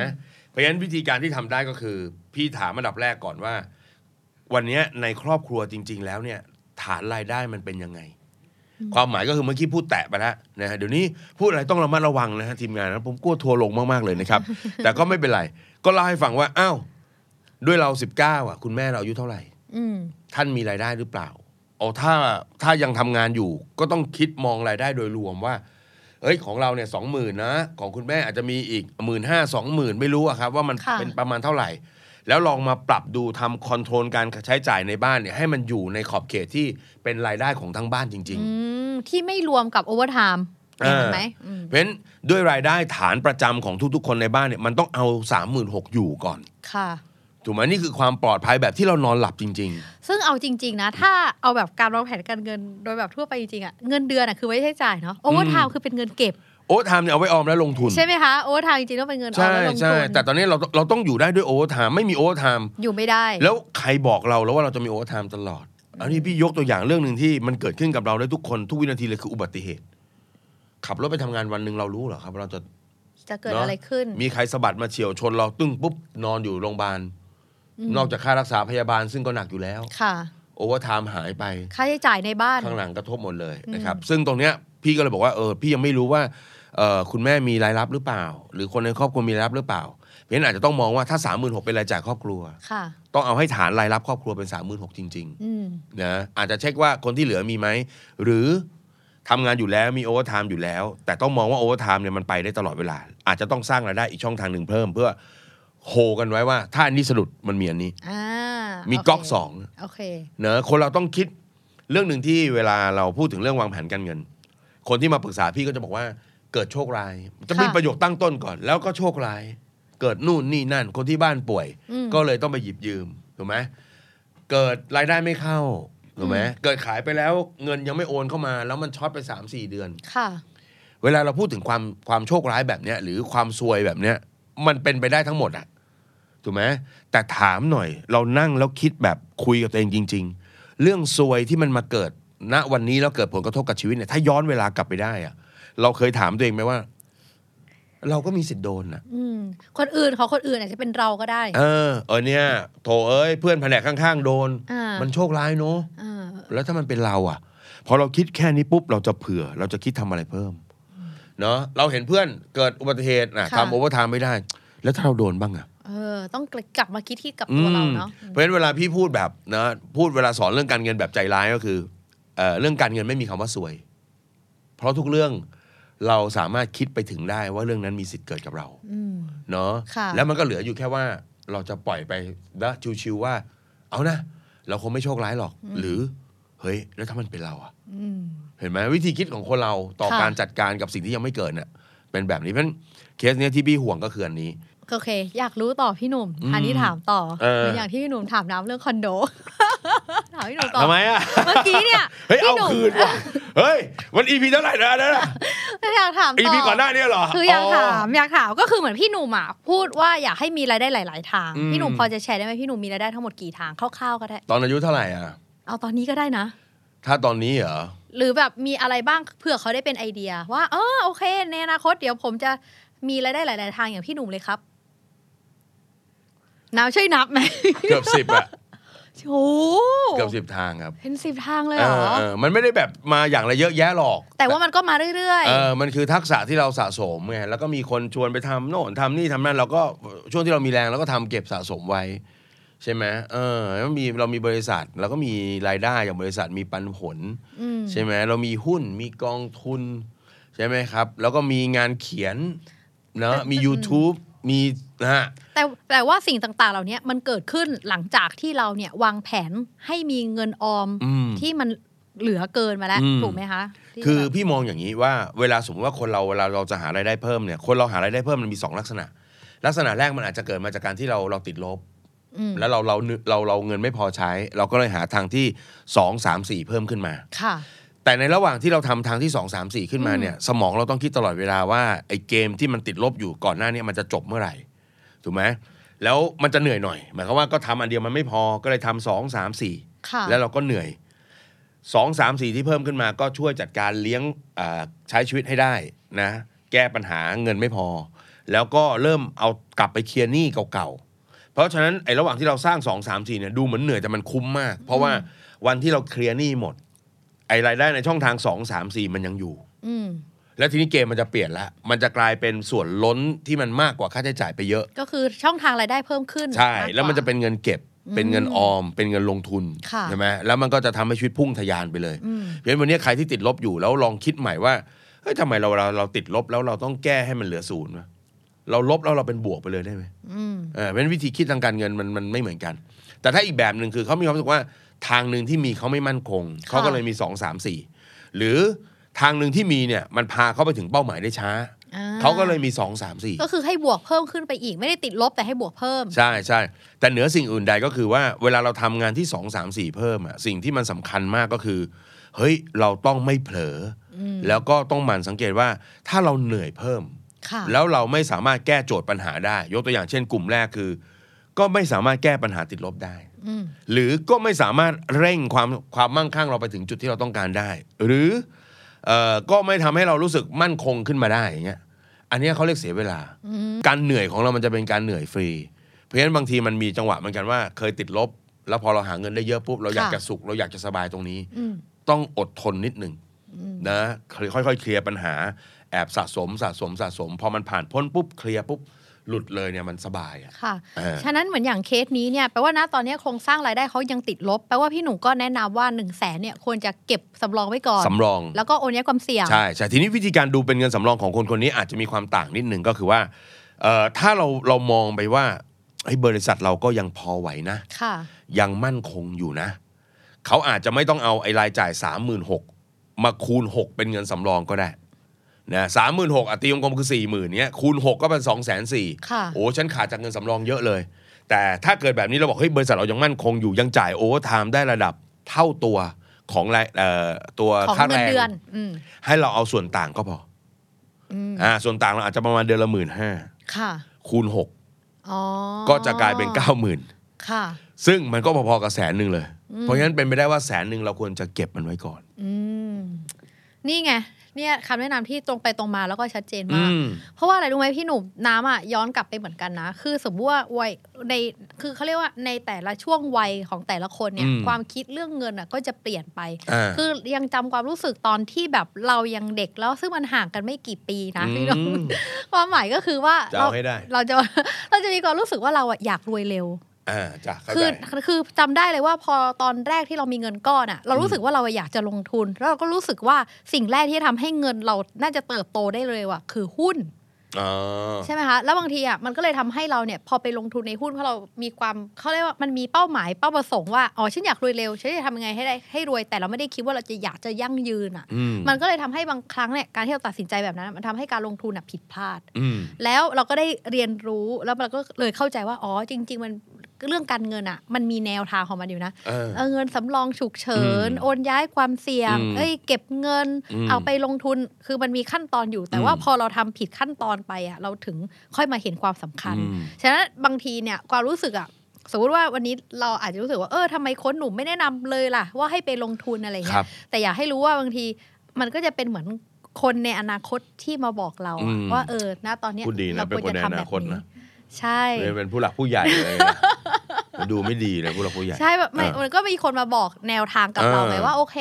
Speaker 3: เพราะฉะนั้นวิธีการที่ทำได้ก็คือ พี่ถามอันดับแรกก่อนว่า วันเนี้ยในครอบครัวจริง ๆ แล้วเนี่ย ฐานรายได้มันเป็นยังไง ความหมายก็คือเมื่อกี้พูดแตะไปแล้วนะฮะเดี๋ยวนี้พูดอะไรต้องระมัดระวังนะฮะทีมงานนะผมกลัวทัวร์ลงมาก ๆ เลยนะครับ แต่ก็ไม่เป็นไร ก็เล่าให้ฟังว่าอ้าวด้วยเรา 19 อ่ะ คุณแม่เราอายุเท่าไหร่
Speaker 2: อืม
Speaker 3: ท่านมีรายได้หรือเปล่าเอาถ้าถ้ายังทำงานอยู่ก็ต้องคิดมองรายได้โดยรวมว่า เอ้ยของเราเนี่ยสองหมื่นนะ ของคุณแม่อาจจะมีอีกหมื่นห้าสองหมื่นไม่รู้อะครับ ว่ามันเป็นประมาณเท่าไหร่ แล้วลองมาปรับดูทำคอนโทรลการใช้จ่ายในบ้านเนี่ยให้มันอยู่ในขอบเขตที่เป็นรายได้ของทั้งบ้านจริง
Speaker 2: อืมที่ไม่รวมกับโอเวอร์ไทม์
Speaker 3: เออ
Speaker 2: เห็นไหมอืม
Speaker 3: ๆ เพราะฉะนั้นด้วยรายได้ฐานประจำของทุก ๆ คนในบ้านเนี่ยมันต้องเอา3 6 0 0 0อยู่ก่อน
Speaker 2: ค่ะ
Speaker 3: ถูกไหมนี่คือความปลอดภัยแบบที่เรานอนหลับจริง
Speaker 2: ซึ่งเอาจริง ๆ นะ ถ้าเอาแบบการวางแผนการเงินโดยแบบทั่วไปจริงๆอะเงินเดือนอะคือไว้ใช้จ่ายเนาะโอเวอร์ไทม์คือเป็นเงินเก็บ
Speaker 3: ๆ โอ้ทำเนี่ยเอาไว้ออมแล้วลงทุน
Speaker 2: ใช่ไหมคะโอเวอร์ไทม์จริงๆต้องเป็นเงินออม
Speaker 3: ใช่
Speaker 2: และลง
Speaker 3: ใช่
Speaker 2: ทุน
Speaker 3: แต่ตอนนี้เราเราต้องอยู่ได้ด้วยโอเวอร์ไทม์ไม่มีโอเวอร์ไทม์
Speaker 2: อยู่ไม่ได้
Speaker 3: แล้วใครบอกเราแล้วว่าเราจะมีโอเวอร์ไทม์ตลอด อันนี้พี่ยกตัวอย่างเรื่องหนึ่งที่มันเกิดขึ้นกับเราได้ทุกคนทุกวินาทีเลยคืออุบัติเหตุ ขับรถไปทำงานวันหนึ่งเรารู้เหรอครับว่าเราจะ
Speaker 2: จะเกิดอะไรขึ้น
Speaker 3: มีใครสะบัดมาเฉียวชนเราตึ้งปุ๊บนอนอยู่โรงพยาบาล
Speaker 2: อืม
Speaker 3: นอกจากค่ารักษาพยาบาลซึ่งก็หนักอยู่แล้ว
Speaker 2: ค่ะ
Speaker 3: โอเวอร์ไทม์หายไป
Speaker 2: ค่าใช้จ่ายในบ้าน
Speaker 3: ข้างหลังกระทบหมดเลยนะครับ ซึ่งตรงเนี้ยพี่ก็เลยบอกว่าเออพี่ยังไม่รู้ว่าเออคุณแม่มีรายรับหรือเปล่า หรือคนในครอบครัวมีรายรับหรือเปล่า เพราะฉะนั้นอาจจะต้องมองว่าถ้า 3 6 0 0 0เป็นรายจ่ายครอบครัว
Speaker 2: ค่ะ
Speaker 3: ต้องเอาให้ฐานรายรับครอบครัวเป็น 3 6 0 0 0จริง
Speaker 2: อืม
Speaker 3: ๆนะอาจจะเช็คว่าคนที่เหลือมีไหม หรือทำงานอยู่แล้วมีโอเวอร์ไทม์อยู่แล้ว แต่ต้องมองว่าโอเวอร์ไทม์เนี่ยมันไปได้ตลอดเวลา อาจจะต้องสร้างรายได้อีกช่องทางหนึ่งเพิ่ม เพื่อโฮกันไว้ว่าถ้าอันนี้สะดุดมันมีอันนี้
Speaker 2: อ่า
Speaker 3: มี
Speaker 2: มี
Speaker 3: ก๊อกสอง
Speaker 2: โอเค
Speaker 3: เนอะคนเราต้องคิดเรื่องหนึ่งที่เวลาเราพูดถึงเรื่องวางแผนการเงิน คนที่มาปรึกษาพี่ก็จะบอกว่าเกิดโชคร้าย จะมี
Speaker 2: ค่ะ
Speaker 3: ประโยคตั้งต้นก่อน แล้วก็โชคร้าย เกิดนู่นนี่นั่น คนที่บ้านป่วย
Speaker 2: อืม
Speaker 3: ก็เลยต้องไปหยิบยืมถูกไหมเกิดรายได้ไม่เข้าถูกไหม
Speaker 2: อืม
Speaker 3: เกิดขายไปแล้วเงินยังไม่โอนเข้ามา แล้วมันช็อตไป3ามสี่เดือน
Speaker 2: ค่ะ
Speaker 3: เวลาเราพูดถึงความความโชคร้ายแบบเนี้ยหรือความซวยแบบเนี้ยมันเป็นไปได้ทั้งหมดอะถูกไหมแต่ถามหน่อยเรานั่งแล้วคิดแบบคุยกับตัวเองจริง ๆ เรื่องซวยที่มันมาเกิดณวันนี้แล้วเกิดผลกระทบกับชีวิตเนี่ยถ้าย้อนเวลากลับไปได้อะเราเคยถามตัวเองไหมว่า เราก็มีสิทธิ์โดนอะ
Speaker 2: อืม คนอื่นของคนอื่นอาจจะเป็นเราก็ได้
Speaker 3: เออเออเนี่ยโถเอ้ยเพื่อนแผนกข้างๆ โดน
Speaker 2: อ่ามั
Speaker 3: มันโชคร้ายเนอะ
Speaker 2: อ่า
Speaker 3: แล้วถ้ามันเป็นเราอ่ะ พอเราคิดแค่นี้ปุ๊บ เราจะเผื่อ เราจะคิดทำอะไรเพิ่มเนาะเราเห็นเพื่อนเกิดอุบัติเหตุนะ
Speaker 2: ค่ะ
Speaker 3: ทำโอเวอร์ไทม์ไม่ได้ แล้วถ้าเราโดนบ้างอ่ะ
Speaker 2: เออ ต้องกลับมาคิดที่กับตัวเราเนาะ
Speaker 3: อืมเพราะฉะนั้นเวลาพี่พูดแบบนะพูดเวลาสอนเรื่องการเงินแบบใจร้ายก็คือเอ่อเรื่องการเงินไม่มีคำว่าสวย เพราะทุกเรื่องเราสามารถคิดไปถึงได้ว่าเรื่องนั้นมีสิทธิ์เกิดกับเรา
Speaker 2: อืม
Speaker 3: เนาะ
Speaker 2: ค่ะ
Speaker 3: แล้วมันก็เหลืออยู่แค่ว่าเราจะปล่อยไปนะชิวๆว่า เอานะเราคงไม่โชคร้ายหรอก หรือเฮ้ย แล้วถ้ามันเป็นเราอะ
Speaker 2: อืม
Speaker 3: เห็นไหมวิธีคิดของคนเราต่อ
Speaker 2: ค่ะ
Speaker 3: การจัดการกับสิ่งที่ยังไม่เกิดเนี่ยเป็นแบบนี้เพราะฉะนั้นเคสเนี้ยที่พี่ห่วงก็คืออันนี้
Speaker 2: โอเค อยากรู้ต่อพี่หนุ่ม
Speaker 3: อืม
Speaker 2: อันนี้ถามต่อ
Speaker 3: เอ
Speaker 2: ห
Speaker 3: อ
Speaker 2: รืออย่างที่พี่หนุ่มถามน้ำเรื่องคอนโด *laughs* ถามพี่หนุ่มต่อ
Speaker 3: ทำไมอ่ะ
Speaker 2: เมื่อกี้เนี่ย *laughs*
Speaker 3: เฮ้ย เอา
Speaker 2: พี่หนุ่ม
Speaker 3: คืนว่ะเฮ้ย มันอีพีเท่าไหร่นะอันนั่นน่ะ
Speaker 2: อยากถาม
Speaker 3: อี
Speaker 2: ต่
Speaker 3: พีก่อนหน้านี้เหรอ
Speaker 2: คืออยากถาม
Speaker 3: อ
Speaker 2: อยากถามก็คือเหมือนพี่หนุ่มอ่ะพูดว่าอยากให้มีรายได้หลาย ๆ ทาง
Speaker 3: อืม
Speaker 2: พี่หนุ่มพอจะแชร์ได้ไหมพี่หนุ่มมีรายได้ทั้งหมดกี่ทางคร่าวๆก็ได้
Speaker 3: ตอนอายุเท่าไหร่อ่ะ
Speaker 2: เอาตอนนี้ก็ได้นะ
Speaker 3: ถ้าตอนนี้เหรอ
Speaker 2: หรือแบบมีอะไรบ้างเผื่อเขาได้เป็นไอเดีย ว่าเออโอเค ในอนาคตเดี๋ยวผมจะมีรายได้หลาย ๆ ทางอย่างพี่หนุ่มเลยครับน้ำช่วยนับไหม *laughs*
Speaker 3: เกือบสิบอ่ะ
Speaker 2: โอ้โห
Speaker 3: เกือบสิบทางครับ
Speaker 2: เป็นสิบทางเลย
Speaker 3: เอ
Speaker 2: เหร
Speaker 3: อ
Speaker 2: อ
Speaker 3: เออมันไม่ได้แบบมาอย่างละเยอะแยะหรอก
Speaker 2: แต่ว่ามันก็มาเรื่อย
Speaker 3: เออ มันคือทักษะที่เราสะสมไง แล้วก็มีคนชวนไปทำโน่นทำนี่ทำนั่น เราก็ช่วงที่เรามีแรงเราก็ทำเก็บสะสมไว้ ใช่ไหมเออแล้วมีเรามีบริษัทเราก็มีรายได้อย่างบริษัทมีปันผล
Speaker 2: อืม
Speaker 3: ใช่ไหมเรามีหุ้นมีกองทุน ใช่ไหมครับ แล้วก็มีงานเขียนเนาะมี YouTube มีนะฮะ
Speaker 2: ๆ แต่แต่ว่าสิ่งต่าง ๆ เหล่านี้มันเกิดขึ้นหลังจากที่เราเนี่ยวางแผนให้มีเงินออม
Speaker 3: อืม
Speaker 2: ที่มันเหลือเกินมาแล้ว
Speaker 3: อืม
Speaker 2: ถูกไหมคะที่
Speaker 3: คือ
Speaker 2: แบบ
Speaker 3: พี่มองอย่างนี้ว่าเวลาสมมติว่าคนเราเวลาเราจะหารายได้เพิ่มเนี่ยคนเราหารายได้เพิ่มมันมีสองลักษณะ ลักษณะแรกมันอาจจะเกิดมาจากการที่เราเราติดลบ
Speaker 2: อืม
Speaker 3: แล้วเราเราเราเราเงินไม่พอใช้ เราก็เลยหาทางที่สองสามสี่เพิ่มขึ้นมา
Speaker 2: ค่ะ
Speaker 3: แต่ในระหว่างที่เราทำทางที่สองสามสี่ขึ้นมา
Speaker 2: อืม
Speaker 3: เนี่ย สมองเราต้องคิดตลอดเวลาว่าไอ้เกมที่มันติดลบอยู่ก่อนหน้าเนี้มันจะจบเมื่อไหร่ ถูกไหมแล้วมันจะเหนื่อยหน่อยหมายความว่าก็ทำอันเดียวมันไม่พอก็เลยทำสองสามสี่
Speaker 2: ค่ะ
Speaker 3: แล้วเราก็เหนื่อยสองสามสี่ที่เพิ่มขึ้นมาก็ช่วยจัดการเลี้ยงอ่าใช้ชีวิตให้ได้นะ แก้ปัญหาเงินไม่พอ แล้วก็เริ่มเอากลับไปเคลียร์หนี้เก่าๆ เพราะฉะนั้นไอ้ระหว่างที่เราสร้างสองสามสี่เนี่ยดูเหมือนเหนื่อยแต่มันคุ้มมาก เพราะว่าวันที่เราเคลียร์หนี้หมด ไอ้รายได้ในช่องทางสองสามสี่มันยังอยู่
Speaker 2: อืม
Speaker 3: แล้วทีนี้เกมมันจะเปลี่ยนละมันจะกลายเป็นส่วนล้นที่มันมากกว่าค่าใช้จ่ายไปเยอะ
Speaker 2: ก็คือช่องทางรายได้เพิ่มขึ้น
Speaker 3: ใช่
Speaker 2: ากกา
Speaker 3: แล้วมันจะเป็นเงินเก็บ
Speaker 2: อืม
Speaker 3: เป็นเงินออม เป็นเงินลงทุน
Speaker 2: ค่ะ
Speaker 3: ใช่ไหมแล้วมันก็จะทำให้ชีวิตพุ่งทะยานไปเลย
Speaker 2: อืม
Speaker 3: เพราะฉะนั้นวันนี้ใครที่ติดลบอยู่แล้วลองคิดใหม่ว่าเฮ้ยทำไมเราเราเราติดลบแล้วเราต้องแก้ให้มันเหลือศูนย์วะเราลบแล้วเราเป็นบวกไปเลยได้ไหม
Speaker 2: อืม
Speaker 3: เออเพราะฉะนั้นวิธีคิดทางการเงินมันมันไม่เหมือนกัน แต่ถ้าอีกแบบหนึ่งคือเขามีความรู้สึกว่าทางหนึ่งที่มีเขาไม่มั่นคงเขาก็เลยมีสองสามสี่หรือทางหนึ่งที่มีเนี่ยมันพาเขาไปถึงเป้าหมายได้ช้า
Speaker 2: อ่
Speaker 3: เขาก็เลยมีสองสามสี่
Speaker 2: ก็คือให้บวกเพิ่มขึ้นไปอีกไม่ได้ติดลบแต่ให้บวกเพิ่ม
Speaker 3: ใช่ใช่แต่เหนือสิ่งอื่นใดก็คือว่าเวลาเราทำงานที่ 2 3 4 เพิ่มอะสิ่งที่มันสำคัญมากก็คือ เฮ้ย เราต้องไม่เผลออ
Speaker 2: ม
Speaker 3: แล้วก็ต้องหมั่นสังเกตว่าถ้าเราเหนื่อยเพิ่ม
Speaker 2: ค่ะ
Speaker 3: แล้วเราไม่สามารถแก้โจทย์ปัญหาได้ ยกตัวอย่างเช่นกลุ่มแรกคือ ก็ไม่สามารถแก้ปัญหาติดลบได้
Speaker 2: อืม
Speaker 3: หรือก็ไม่สามารถเร่งความความมั่งคั่งเราไปถึงจุดที่เราต้องการได้ หรือเอ่อก็ไม่ทำให้เรารู้สึกมั่นคงขึ้นมาได้อย่างเงี้ยอันเนี้ยเขาเรียกเสียเวลา การเหนื่อยของเรามันจะเป็นการเหนื่อยฟรี เพราะฉะนั้นบางทีมันมีจังหวะเหมือนกันว่าเคยติดลบ แล้วพอเราหาเงินได้เยอะปุ๊บเราอยาก
Speaker 2: ค่ะ
Speaker 3: จะสุขเราอยากจะสบายตรงนี้
Speaker 2: อืม
Speaker 3: ต้องอดทนนิดหนึ่งนะค่อยๆเคลียร์ปัญหาแอบสะสมสะสมสะสม พอมันผ่านพ้นปุ๊บเคลียร์ปุ๊บหลุดเลยเนี่ยมันสบายอ่ะ
Speaker 2: ค่ะ
Speaker 3: เออ
Speaker 2: ฉะนั้นเหมือนอย่างเคสนี้เนี่ยแปลว่าณตอนนี้โครงสร้างรายได้เขายังติดลบ แปลว่าพี่หนูก็แนะนำว่า1นึ่งแสนเนี่ยควรจะเก็บสำรองไว้ก่อน
Speaker 3: สำรอง
Speaker 2: แล้วก็โอนย้ายความเสี่ยง
Speaker 3: ใช่ใช่ทีนี้วิธีการดูเป็นเงินสำรองของคนคนนี้อาจจะมีความต่างนิดหนึ่งก็คือว่าเอ่อถ้าเราเรามองไปว่าเฮ้ยบริษัทเราก็ยังพอไหวนะ
Speaker 2: ค่ะ
Speaker 3: ยังมั่นคงอยู่นะ เขาอาจจะไม่ต้องเอาไอ้รายจ่าย 3 6 0 0 0มาคูณ 6 เป็นเงินสำรองก็ได้นะสามหมื่นหกตีวงกลมคือ4ี่หมื่นเนี้ยคูณ 6 ก็เป็น2องแสนสี่
Speaker 2: ค่ะ
Speaker 3: โอ้ฉันขาดจากเงินสำรองเยอะเลย แต่ถ้าเกิดแบบนี้เราบอกเฮ้ยบริษัทเรายังมั่นคงอยู่ยังจ่ายโอเวอร์ไทม์ได้ระดับเท่าตัวของรายเอ่อตัว
Speaker 2: ของ
Speaker 3: ค่า
Speaker 2: เงิ
Speaker 3: แร
Speaker 2: น
Speaker 3: ง
Speaker 2: เดือน อืม
Speaker 3: ให้เราเอาส่วนต่างก็พอ
Speaker 2: อืม
Speaker 3: อ่าส่วนต่างเราอาจจะประมาณเดือนละหมื่นห้า
Speaker 2: ค่ะ
Speaker 3: คูณ 6
Speaker 2: อ๋อ
Speaker 3: ก็จะกลายเป็น 9 0,000ื่น
Speaker 2: ค่ะ
Speaker 3: ซึ่งมันก็พอๆกับแสนหนึ่งเลย เพราะฉะนั้นเป็นไปได้ว่าแสนหนึ่งเราควรจะเก็บมันไว้ก่อน
Speaker 2: อืม นี่ไง เนี่ยคำแนะนำที่ตรงไปตรงมาแล้วก็ชัดเจน
Speaker 3: อื
Speaker 2: มาก
Speaker 3: ม
Speaker 2: เพราะว่าอะไรรู้ไหมพี่หนุ่มน้ำอ่ะย้อนกลับไปเหมือนกันนะ คือสมมติว่าวัยในคือเขาเรียกว่าในแต่ละช่วงวัยของแต่ละคนเนี่ย
Speaker 3: อืม
Speaker 2: ความคิดเรื่องเงินอ่ะก็จะเปลี่ยนไป
Speaker 3: อ่า
Speaker 2: คือยังจำความรู้สึกตอนที่แบบเรายังเด็กแล้วซึ่งมันห่างกันไม่กี่ปีนะพี่หนุ่ม *laughs*
Speaker 3: อืม
Speaker 2: ความหมายก็คือว่า
Speaker 3: จะเอาให้ได้
Speaker 2: เราจะ *laughs* เราจะมีความรู้สึกว่าเราอะอยากรวยเร็ว
Speaker 3: อ่าจ้ะเข้า
Speaker 2: คือ
Speaker 3: ใจ
Speaker 2: คือจำได้เลยว่าพอตอนแรกที่เรามีเงินก้อนอะเรารู้สึกว่าเราอยากจะลงทุน แล้วเราก็รู้สึกว่าสิ่งแรกที่ทำให้เงินเราน่าจะเติบโตได้เลยว่ะคือหุ้น
Speaker 3: อ๋อ
Speaker 2: ใช่ไหมคะ แล้วบางทีอ่ะมันก็เลยทำให้เราเนี่ยพอไปลงทุนในหุ้นเพราะเรามีความเขาเรียกว่ามันมีเป้าหมายเป้าประสงค์ว่าอ๋อฉันอยากรวยเร็วฉันจะทำยังไงให้ได้ให้รวยแต่เราไม่ได้คิดว่าเราจะอยากจะยั่งยืนอ่ะ
Speaker 3: อืม
Speaker 2: มันก็เลยทำให้บางครั้งเนี่ยการที่เราตัดสินใจแบบนั้นอะมันทำให้การลงทุนอ่ะผิดพลาด
Speaker 3: อืม
Speaker 2: แล้วเราก็ได้เรียนรู้แล้วเราก็เลยเข้าใจว่าอ๋อจริง ๆ มันเรื่องการเงินอ่ะ มันมีแนวทางของมันอยู่นะ
Speaker 3: เออ
Speaker 2: เออเงินสำรองฉุกเฉิน
Speaker 3: อืม
Speaker 2: โอนย้ายความเสี่ยง
Speaker 3: อืม
Speaker 2: เอ้ยเก็บเงิน
Speaker 3: อืม
Speaker 2: เอาไปลงทุนคือมันมีขั้นตอนอยู่ แต่ว่า
Speaker 3: อืม
Speaker 2: พอเราทำผิดขั้นตอนไปอ่ะเราถึงค่อยมาเห็นความสำคัญ
Speaker 3: อืม
Speaker 2: ฉะนั้นบางทีเนี่ยความรู้สึกอ่ะสมมติว่าวันนี้เราอาจจะรู้สึกว่าเออทำไมโค้ชหนุ่มไม่แนะนำเลยล่ะ ว่าให้ไปลงทุนอะไร
Speaker 3: ค
Speaker 2: เงี้
Speaker 3: รั
Speaker 2: ย
Speaker 3: บ
Speaker 2: แต่อยากให้รู้ว่าบางทีมันก็จะเป็นเหมือนคนในอนาคตที่มาบอกเราอะ
Speaker 3: อืม
Speaker 2: ว่าเออณตอนเนี้ย
Speaker 3: พูดดีนะ
Speaker 2: เรา
Speaker 3: เป็น
Speaker 2: ควร
Speaker 3: คน
Speaker 2: จะ
Speaker 3: ในอ
Speaker 2: ทำแบ
Speaker 3: นา
Speaker 2: บ
Speaker 3: คต
Speaker 2: นี้
Speaker 3: นะ
Speaker 2: ใช่
Speaker 3: เลยเป็นผู้หลักผู้ใหญ่เลยนะ
Speaker 2: *laughs*
Speaker 3: ดูไม่ดีเลยผู้หลักผู้ใหญ่
Speaker 2: ใช่แบบมัน
Speaker 3: เออ
Speaker 2: มันก็มีคนมาบอกแนวทางกับ
Speaker 3: เออ
Speaker 2: เราไงว่าโอเค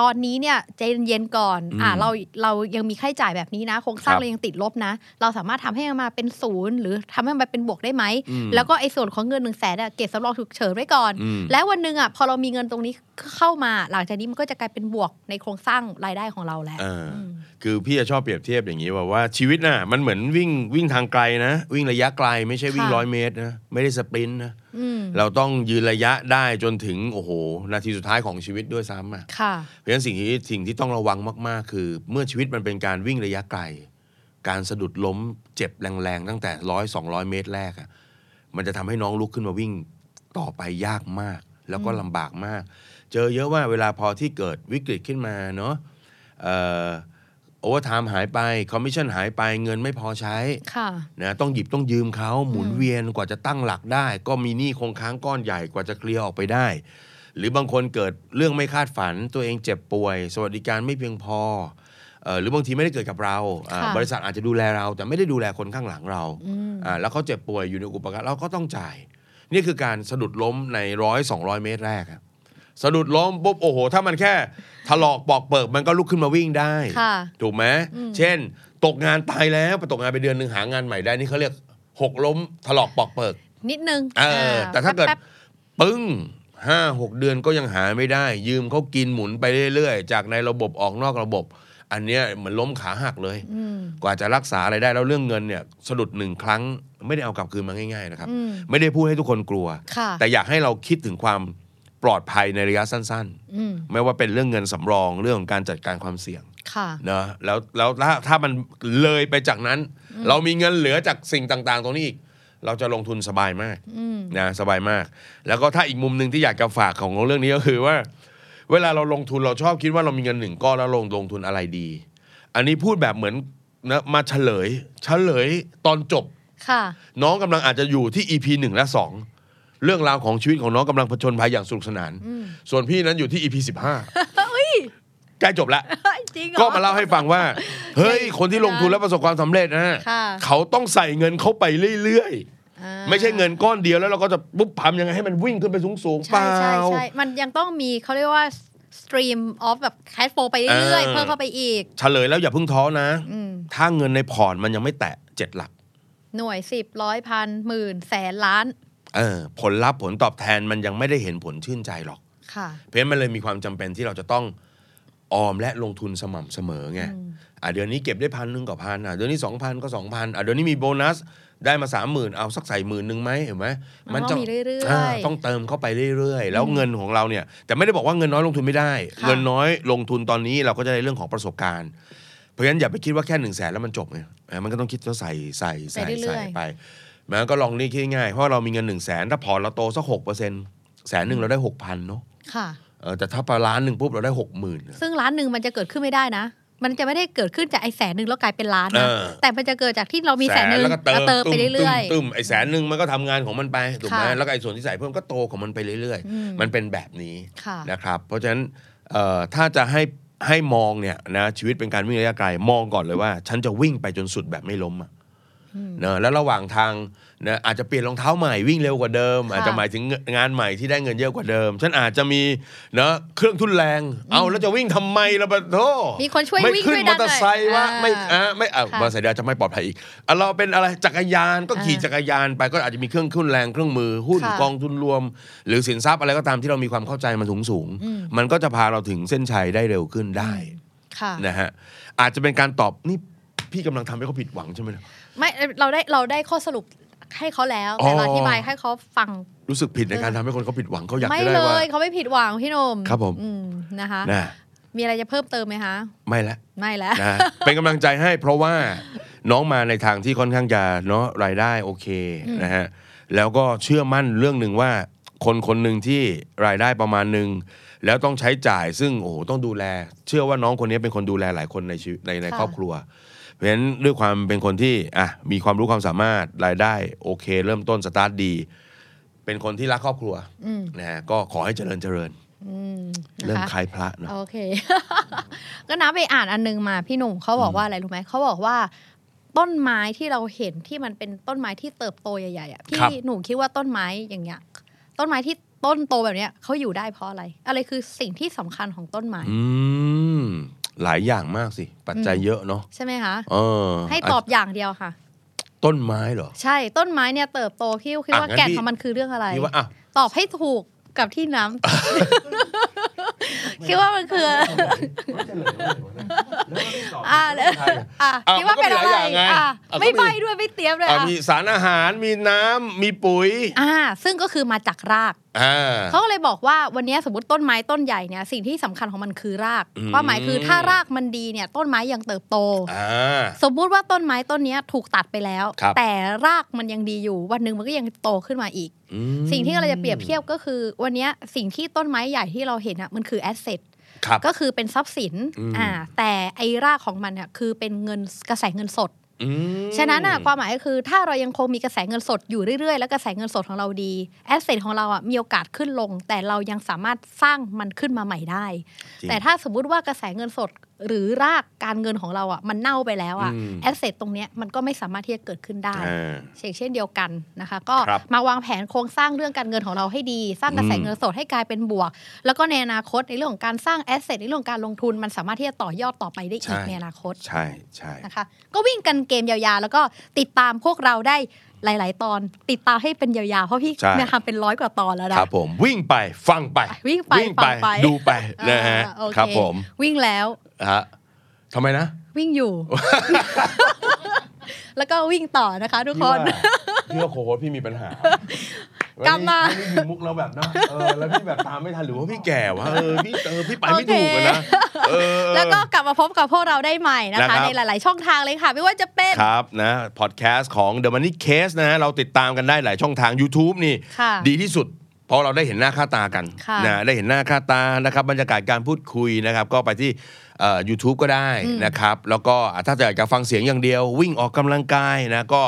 Speaker 2: ตอนนี้เนี่ยใจเย็นๆก่อน
Speaker 3: อืม
Speaker 2: อ่าเราเรายังมีค่าใช้จ่ายแบบนี้นะโครงสร้าง
Speaker 3: ครับ
Speaker 2: เรายังติดลบนะ เราสามารถทำให้มันมาเป็นศูนย์หรือทำให้มันเป็นบวกได้ไหม
Speaker 3: อืม
Speaker 2: แล้วก็ไอ้ส่วนของเงินหนึ่งแสนเก็บสำรองฉุกเฉินไว้ก่อน
Speaker 3: อืม
Speaker 2: และวันหนึ่งอ่ะพอเรามีเงินตรงนี้เข้ามา หลังจากนี้มันก็จะกลายเป็นบวกในโครงสร้างรายได้ของเราแหละ
Speaker 3: เอออ
Speaker 2: ม
Speaker 3: คือพี่จะชอบเปรียบเทียบอย่างนี้ว่าว่าชีวิตน่ะมันเหมือนวิ่งวิ่งทางไกลนะ วิ่งระยะไกลไม่ใช่วิ่งร้อยเมตรนะไม่ได้สปรินต์นะ
Speaker 2: อืม
Speaker 3: เราต้องยืนระยะได้จนถึงโอ้โหนาทีสุดท้ายของชีวิตด้วยซ้ำอ่ะ
Speaker 2: ค่ะ
Speaker 3: เพราะฉะนั้นสิ่งที่สิ่งที่ต้องระวังมาก ๆ คือ เมื่อชีวิตมันเป็นการวิ่งระยะไกล การสะดุดล้มเจ็บแรง ๆ ตั้งแต่ร้อยสองร้อยเมตรแรกอะ มันจะทำให้น้องลุกขึ้นมาวิ่งต่อไปยากมาก แล้วก็ลำบากมาก เจอเยอะว่าเวลาพอที่เกิดวิกฤตขึ้นมาเนาะโอเวอร์ไทม์หายไป คอมมิชชั่นหายไปเงินไม่พอใช้
Speaker 2: ค่ะ
Speaker 3: นะต้องหยิบต้องยืมเขาหมุน
Speaker 2: อืม
Speaker 3: เวียนกว่าจะตั้งหลักได้ ก็มีหนี้คงค้างก้อนใหญ่กว่าจะเคลียร์ออกไปได้ หรือบางคนเกิดเรื่องไม่คาดฝันตัวเองเจ็บป่วย สวัสดิการไม่เพียงพอเอ่อหรือบางทีไม่ได้เกิดกับเราอ่า
Speaker 2: ค่ะ
Speaker 3: บริษัทอาจจะดูแลเรา แต่ไม่ได้ดูแลคนข้างหลังเรา
Speaker 2: อืม
Speaker 3: อ่าแล้วเขาเจ็บป่วยอยู่ในอุปการะเราก็ต้องจ่าย นี่คือการสะดุดล้มในร้อยสองร้อยเมตรแรกอะสะดุดล้มปุ๊บโอ้โห ถ้ามันแค่ถลอกปอกเปิกมันก็ลุกขึ้นมาวิ่งได้
Speaker 2: ค่ะ
Speaker 3: ถูกไหม
Speaker 2: อืม
Speaker 3: เช่น ตกงานตายแล้วไปตกงานไปเดือนหนึ่งหางานใหม่ได้ นี่เขาเรียกหกล้มถลอกปอกเปิก
Speaker 2: นิดนึง
Speaker 3: เออ แต่ถ้าเกิด
Speaker 2: แป๊บ
Speaker 3: ปึ้งห้าหกเดือนก็ยังหาไม่ได้ ยืมเขากินหมุนไปเรื่อยๆ จากในระบบออกนอกระบบ อันเนี้ยเหมือนล้มขาหักเลย
Speaker 2: ๆ อืม
Speaker 3: กว่าจะรักษาอะไรได้แล้วเรื่องเงินเนี่ยสะดุดหนึ่งครั้งไม่ได้เอากลับคืนมาง่ายๆนะครับ
Speaker 2: อืม
Speaker 3: ไม่ได้พูดให้ทุกคนกลัว
Speaker 2: ค่ะ
Speaker 3: แต่อยากให้เราคิดถึงความปลอดภัยในระยะสั้น
Speaker 2: อืม
Speaker 3: ๆ ไม่ว่าเป็นเรื่องเงินสำรองเรื่องของการจัดการความเสี่ยง
Speaker 2: ค่ะ
Speaker 3: นะแล้วแล้วถ้าถ้ามันเลยไปจากนั้น
Speaker 2: อืม
Speaker 3: เรามีเงินเหลือจากสิ่งต่างๆ ตรงนี้อีก เราจะลงทุนสบายมาก
Speaker 2: อืม
Speaker 3: นะสบายมาก แล้วก็ถ้าอีกมุมหนึ่งที่อยากจะฝากของเรื่องนี้ก็คือว่า เวลาเราลงทุนเราชอบคิดว่าเรามีเงินหนึ่งก้อนแล้วลงลงทุนอะไรดี อันนี้พูดแบบเหมือนนะมาเฉลย เฉลยตอนจบ
Speaker 2: ค่ะ
Speaker 3: น้องกำลังอาจจะอยู่ที่ EP หนึ่งและสองเรื่องราวของชีวิตของน้องกำลังผจญภัยอย่างสนุกสนาน
Speaker 2: อืม
Speaker 3: ส่วนพี่นั้นอยู่ที่ EP สิบห้า
Speaker 2: เฮ้ย
Speaker 3: ใกล้จบละ
Speaker 2: จริงเหรอ
Speaker 3: ก็มาเล่าให้ฟังว่า
Speaker 2: *laughs*
Speaker 3: เฮ้ย คนที่ลงทุนแล้วประสบความสำเร็จนะ
Speaker 2: ค่ะ
Speaker 3: เขาต้องใส่เงินเข้าไปเรื่อย
Speaker 2: อ่า
Speaker 3: ๆ ไม่ใช่เงินก้อนเดียวแล้วเราก็จะปุ๊บทำยังไงให้มันวิ่งขึ้นไปสูงๆเป
Speaker 2: ใช่
Speaker 3: ล่า
Speaker 2: ใช่ใช่มันยังต้องมีเขาเรียกว่า stream of แบบ cash flow ไปเรื่อย
Speaker 3: เอ
Speaker 2: ๆ
Speaker 3: อ
Speaker 2: เพิ่มเข้าไปอีก
Speaker 3: เฉลยแล้วอย่าเพิ่งท้อนะ
Speaker 2: อืม
Speaker 3: ถ้าเงินในพอร์ตมันยังไม่แตะเจ็ดหลัก
Speaker 2: หน่วยสิบร้อยพันหมื่นแสนล้าน
Speaker 3: เออ ผลลัพธ์ผลตอบแทนมันยังไม่ได้เห็นผลชื่นใจหรอก
Speaker 2: ค่ะ
Speaker 3: เพราะฉะนั้นมันเลยมีความจำเป็นที่เราจะต้องออมและลงทุนสม่ำเสมอไง
Speaker 2: อืม
Speaker 3: อ่ะเดือนนี้เก็บได้พันหนึ่งก็พันอ่ะเดือนนี้สองพันก็สองพันอ่ะเดือนนี้มีโบนัสได้มาสามหมื่นเอาสักใส่หมื่นหนึ่งไหมเห็นไหม
Speaker 2: มัน
Speaker 3: จะ
Speaker 2: ต้องมีเรื่อยๆ
Speaker 3: าต้องเติมเข้าไปเรื่อยๆ แล้ว
Speaker 2: อืม
Speaker 3: เงินของเราเนี่ย แต่ไม่ได้บอกว่าเงินน้อยลงทุนไม่ได้
Speaker 2: ค่ะ
Speaker 3: เงินน้อยลงทุนตอนนี้เราก็จะได้เรื่องของประสบการณ์ เพราะฉะนั้นอย่าไปคิดว่าแค่หนึ่งแสนแล้วมันจบไงเออมันก็ต้องคิดว่าใส่ใส่ใส่
Speaker 2: ไปเรื่
Speaker 3: ใส่
Speaker 2: อยๆ
Speaker 3: ไปมันก็ลองนี่คิดง่ายๆเพราะเรามีเงินหนึ่งแสนถ้าพอร์ตเราโตสักหกเปอร์เซ็นต์แสนหนึ่งเราได้หกพันเนาะ
Speaker 2: ค่ะ
Speaker 3: เออแต่ถ้าไปล้านหนึ่งปุ๊บเราได้หกหมื่น
Speaker 2: ซึ่งล้านหนึ่งมันจะเกิดขึ้นไม่ได้นะ มันจะไม่ได้เกิดขึ้นจากไอ้แสนหนึ่งแล้วกลายเป็นล้านนะ
Speaker 3: เออ
Speaker 2: แต่มันจะเกิดจากที่เรามีแสนหนึ่ง
Speaker 3: แล้วก็เติม
Speaker 2: เติมไปเรื่อย
Speaker 3: ตุ้มๆไอ้แสนหนึ่งมันก็ทำงานของมันไปถูกไหม
Speaker 2: ค่ะ
Speaker 3: แล้วก็ไอ้ส่วนที่ใส่เพิ่มก็โตของมันไปเรื่อย
Speaker 2: อืม
Speaker 3: ๆ มันเป็นแบบนี้
Speaker 2: ๆ ค่ะ
Speaker 3: นะครับ เพราะฉะนั้นเอ่อถ้าจะให้ให้มองเนี่ยนะชีวิตเป็นการวิ่งระยะไกลมองก่อนเลยว่า ฉันจะวิ่งไปจนสุดแบบไม่ล้มอะ
Speaker 2: อืม
Speaker 3: เนอะแล้วระหว่างทางนะอาจจะเปลี่ยนรองเท้าใหม่วิ่งเร็วกว่าเดิม
Speaker 2: ค่ะ
Speaker 3: อาจจะหมายถึงงานใหม่ที่ได้เงินเยอะกว่าเดิม ฉันอาจจะมีเนอะเครื่องทุนแรงเอาแล้วจะวิ่งทำไมล่ะปะโธ่
Speaker 2: มีคนช่วย
Speaker 3: ไม่
Speaker 2: วิ่ง
Speaker 3: ขึ้
Speaker 2: ด้
Speaker 3: น
Speaker 2: วย
Speaker 3: ม
Speaker 2: ดั
Speaker 3: อน
Speaker 2: หน่อย
Speaker 3: เตอร์ไซค์วะ
Speaker 2: อ่า
Speaker 3: ไม่อ่า ไม่เอา
Speaker 2: ค่ะ
Speaker 3: มาใส่เดียวจะไม่ปลอดภัยอีกอ่ะเราเป็นอะไรจักรยานก็
Speaker 2: อ่า
Speaker 3: ขี่จักรยานไปก็อาจจะมีเครื่องขึ้นแรงเครื่องมือหุ้น
Speaker 2: ค่ะ
Speaker 3: กองทุนรวม หรือสินทรัพย์อะไรก็ตามที่เรามีความเข้าใจมันสูงสูงๆ
Speaker 2: อืม
Speaker 3: มันก็จะพาเราถึงเส้นชัยได้เร็วขึ้นได้
Speaker 2: ค่ะ
Speaker 3: นะฮะอาจจะเป็นการตอบนี่พี่กำลังทำให้เขาผิดหวังใช่ไหมเนี่ย
Speaker 2: ไม่เราได้เราได้ข้อสรุปให้เขาแล้ว
Speaker 3: อ๋อ
Speaker 2: แต่เราอธิบายให้เขาฟัง
Speaker 3: รู้สึกผิดในการทำให้คนเขาผิดหวังเขาอยาก
Speaker 2: ไม่
Speaker 3: จะได้
Speaker 2: เล
Speaker 3: ว่า
Speaker 2: ยเขาไม่ผิดหวังพี่หนม
Speaker 3: ครับผม
Speaker 2: อืนะคะ
Speaker 3: นะ
Speaker 2: มีอะไรจะเพิ่มเติมไหมคะ
Speaker 3: ไม่ละ
Speaker 2: ไม่แล้ว
Speaker 3: นะ *laughs* เป็นกำลังใจให้เพราะว่าน้องมาในทางที่ค่อนข้างจะเนาะรายได้โอเคนะฮะแล้วก็เชื่อมั่นเรื่องหนึ่งว่า คนคนหนึ่งที่รายได้ประมาณหนึ่งแล้วต้องใช้จ่ายซึ่งโอ้โหต้องดูแล เชื่อว่าน้องคนนี้เป็นคนดูแลหลายคนในชีวิตในในครอบครัว เพราะฉะนั้นด้วยความเป็นคนที่อ่ะมีความรู้ความสามารถรายได้โอเค เริ่มต้นสตาร์ทดี เป็นคนที่รักครอบครัว
Speaker 2: อืม
Speaker 3: นะฮะก็ขอให้เจริญเจริญ
Speaker 2: อืมนะ
Speaker 3: เริ่ม
Speaker 2: คะ
Speaker 3: คล้ายพระเนาะ
Speaker 2: โอเค *laughs* ก็นับไปอ่านอันนึงมาพี่หนุ่มเขาบอกว่าอะไรรู้ไหมเขาบอกว่า ต้นไม้ที่เราเห็นที่มันเป็นต้นไม้ที่เติบโตใหญ่ๆอ่ะพี่
Speaker 3: ครับ
Speaker 2: หนุ่มคิดว่าต้นไม้อย่างเงี้ย ต้นไม้ที่ต้นโตแบบเนี้ยเขาอยู่ได้เพราะอะไร อะไรคือสิ่งที่สำคัญของต้นไม้
Speaker 3: อืมหลายอย่างมากสิปัจจัยเยอะเนาะ
Speaker 2: ใช่ไหมคะ
Speaker 3: เออ
Speaker 2: ให้ตอบอย่างเดียวค่ะ
Speaker 3: ต้นไม้เหรอ
Speaker 2: ใช่ต้นไม้เนี่ยเติบโตพี่คิดว่า
Speaker 3: อ่ะงั้น
Speaker 2: แก่น
Speaker 3: พี่
Speaker 2: ของมันคือเรื่องอะไร
Speaker 3: นี่ว่าอ่ะ
Speaker 2: ตอบให้ถูกกับที่น้ำ คิดว่ามันคือ อ่าเลยอ่ะ
Speaker 3: ะ
Speaker 2: คิดว่าเป็น
Speaker 3: มันก็มี
Speaker 2: อะ
Speaker 3: หลาย
Speaker 2: ไร
Speaker 3: อย่างไง
Speaker 2: อ่ะ
Speaker 3: อ่ะ
Speaker 2: ไม่
Speaker 3: ก็มี
Speaker 2: ใบด้วยไม่เตรียมเลย
Speaker 3: อ่ะ
Speaker 2: อ่ะ
Speaker 3: มีสารอาหารมีน้ำมีปุ๋ย
Speaker 2: อ่า ซึ่งก็คือมาจากราก
Speaker 3: อ่า
Speaker 2: เขาก็เลยบอกว่าวันนี้สมมติต้นไม้ต้นใหญ่เนี่ยสิ่งที่สำคัญของมันคือราก
Speaker 3: อืม
Speaker 2: ความหมายคือถ้ารากมันดีเนี่ยต้นไม้ยังเติบโต
Speaker 3: อ่า
Speaker 2: สมมุติว่าต้นไม้ต้นเนี้ยถูกตัดไปแล้ว
Speaker 3: ครับ
Speaker 2: แต่รากมันยังดีอยู่ วันหนึ่งมันก็ยังโตขึ้นมาอีก
Speaker 3: อืม
Speaker 2: สิ่งที่เราจะเปรียบเทียบก็คือ วันเนี้ยสิ่งที่ต้นไม้ใหญ่ที่เราเห็นอ่ะมันคือแอสเซท
Speaker 3: ครับ
Speaker 2: ก็คือเป็นทรัพย์สิน
Speaker 3: อืม
Speaker 2: แต่ไอ้รากของมันอ่ะคือเป็นเงินกระแสเงินสด
Speaker 3: อืม
Speaker 2: ฉะนั้นอ่ะความหมายก็คือถ้าเรายังคงมีกระแสเงินสดอยู่เรื่อยๆ และกระแสเงินสดของเราดีแอสเซทของเราอ่ะมีโอกาสขึ้นลง แต่เรายังสามารถสร้างมันขึ้นมาใหม่ได้
Speaker 3: จริง
Speaker 2: แต่ถ้าสมมติว่ากระแสเงินสดหรือรากการเงินของเราอ่ะมันเน่าไปแล้วอ่ะ
Speaker 3: อืม
Speaker 2: แอสเซทตรงเนี้ยมันก็ไม่สามารถที่จะเกิดขึ้นได้
Speaker 3: อ่า
Speaker 2: เช่นเช่นเดียวกันนะคะ ก็
Speaker 3: ครับ
Speaker 2: มาวางแผนโครงสร้างเรื่องการเงินของเราให้ดี สร้างกระแส
Speaker 3: อืม
Speaker 2: เงินสดให้กลายเป็นบวก แล้วก็ในอนาคตในเรื่องของการสร้างแอสเซทในเรื่องของการลงทุนมันสามารถที่จะต่อยอดต่อไปได้อีกในอนาคต
Speaker 3: ใช่ใช่
Speaker 2: นะคะก็วิ่งกันเกมยาวๆ แล้วก็ติดตามพวกเราได้หลาย ๆ ตอน ติดตามให้เป็นยาวๆ เพราะพี่เนี่ยทำเป็นร้อยกว่าตอนแล้วนะ
Speaker 3: ครับผมวิ่งไปฟังไป
Speaker 2: วิ่งไปฟังไป
Speaker 3: ดูไป
Speaker 2: เออ
Speaker 3: นะฮะ
Speaker 2: โอเค
Speaker 3: ครับผม
Speaker 2: วิ่งแล้ว
Speaker 3: ฮะทำไมนะ
Speaker 2: วิ่งอยู่
Speaker 3: *laughs*
Speaker 2: แล้วก็วิ่งต่อนะคะ ทุกคน
Speaker 3: พี่ว่าพี่ว่าโค้ชพี่มีปัญหาก
Speaker 2: ลับมา
Speaker 3: วันนี้พี่มีมุกเราแบบเนาะเออแล้วพี่แบบตามไม่ทันหรือว่าพี่แก่วะเออพี่เออพี่ไปไม่
Speaker 2: โอเค
Speaker 3: ถูกอะนะเออ
Speaker 2: แล้วก็กลับมาพบกับพวกเราได้ใหม่นะ
Speaker 3: นะครั
Speaker 2: คะ
Speaker 3: บ
Speaker 2: ในหลาย ๆ ช่องทางเลยค่ะ ไม่ว่าจะเป็น
Speaker 3: ครับนะพอดแคสต์ของ The Money Case นะฮะเราติดตามกันได้หลายช่องทาง YouTube นี่
Speaker 2: ค่ะ
Speaker 3: ดีที่สุด เพราะเราได้เห็นหน้าค่าตากัน
Speaker 2: ค่ะ
Speaker 3: นะได้เห็นหน้าค่าตานะครับบรรยากาศการพูดคุยนะครับ ก็ไปที่ยูทูบก็ได้นะครับ แล้วก็อ่ะถ้าอยากจะฟังเสียงอย่างเดียว วิ่งออกกำลังกายนะก็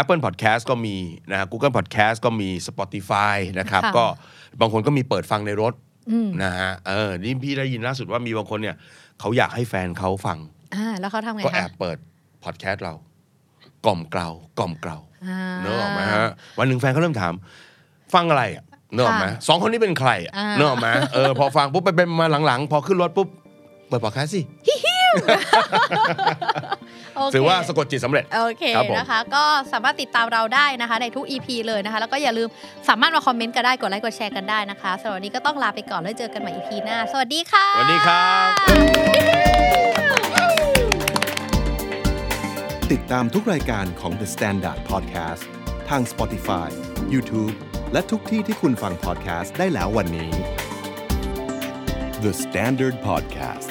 Speaker 3: Apple Podcast ก็มีนะ Google Podcast ก็มี Spotify นะครับ
Speaker 2: ค่ะ
Speaker 3: ก็บางคนก็มีเปิดฟังในรถ
Speaker 2: อืม
Speaker 3: นะฮะเออนี่พี่ได้ยินล่าสุดว่ามีบางคนเนี่ยเขาอยากให้แฟนเขาฟัง
Speaker 2: อ่าแล้วเขาทำไง
Speaker 3: ก็แอ
Speaker 2: คะ
Speaker 3: บเปิดพอดแคสต์เรา กล่อมเกลากล่อมเกลา
Speaker 2: า
Speaker 3: เนอะออกไหมฮะวันหนึ่งแฟนเขาเริ่มถาม ฟังอะไรอ่ะเนอะออกไหม
Speaker 2: ค่ะ
Speaker 3: สองคนนี้เป็นใครอ่ะ
Speaker 2: อ่า
Speaker 3: เนอะออกไหมเออพอฟังปุ๊บไปเป็นมาหลังๆ พอขึ้นรถปุ๊บ เปิดพอดแคสต์สิ
Speaker 2: โเค
Speaker 3: ถือว่าสะกดจิตสำเร็จ
Speaker 2: โอเค
Speaker 3: ครับผม
Speaker 2: นะคะ ก็สามารถติดตามเราได้นะคะ ในทุก EP เลยนะคะ แล้วก็อย่าลืมสามารถมาคอมเมนต์กันได้กดไลค์กดแชร์กันได้นะคะสำหรับวันนี้ก็ต้องลาไปก่อนแล้วเจอกันใหม่ EP หน้า สวัสดีค่ะ
Speaker 3: สวัสดีครับ
Speaker 1: ติดตามทุกรายการของ The Standard Podcast ทาง Spotify, YouTube และทุกที่ที่คุณฟัง podcast ได้แล้ววันนี้ The Standard Podcast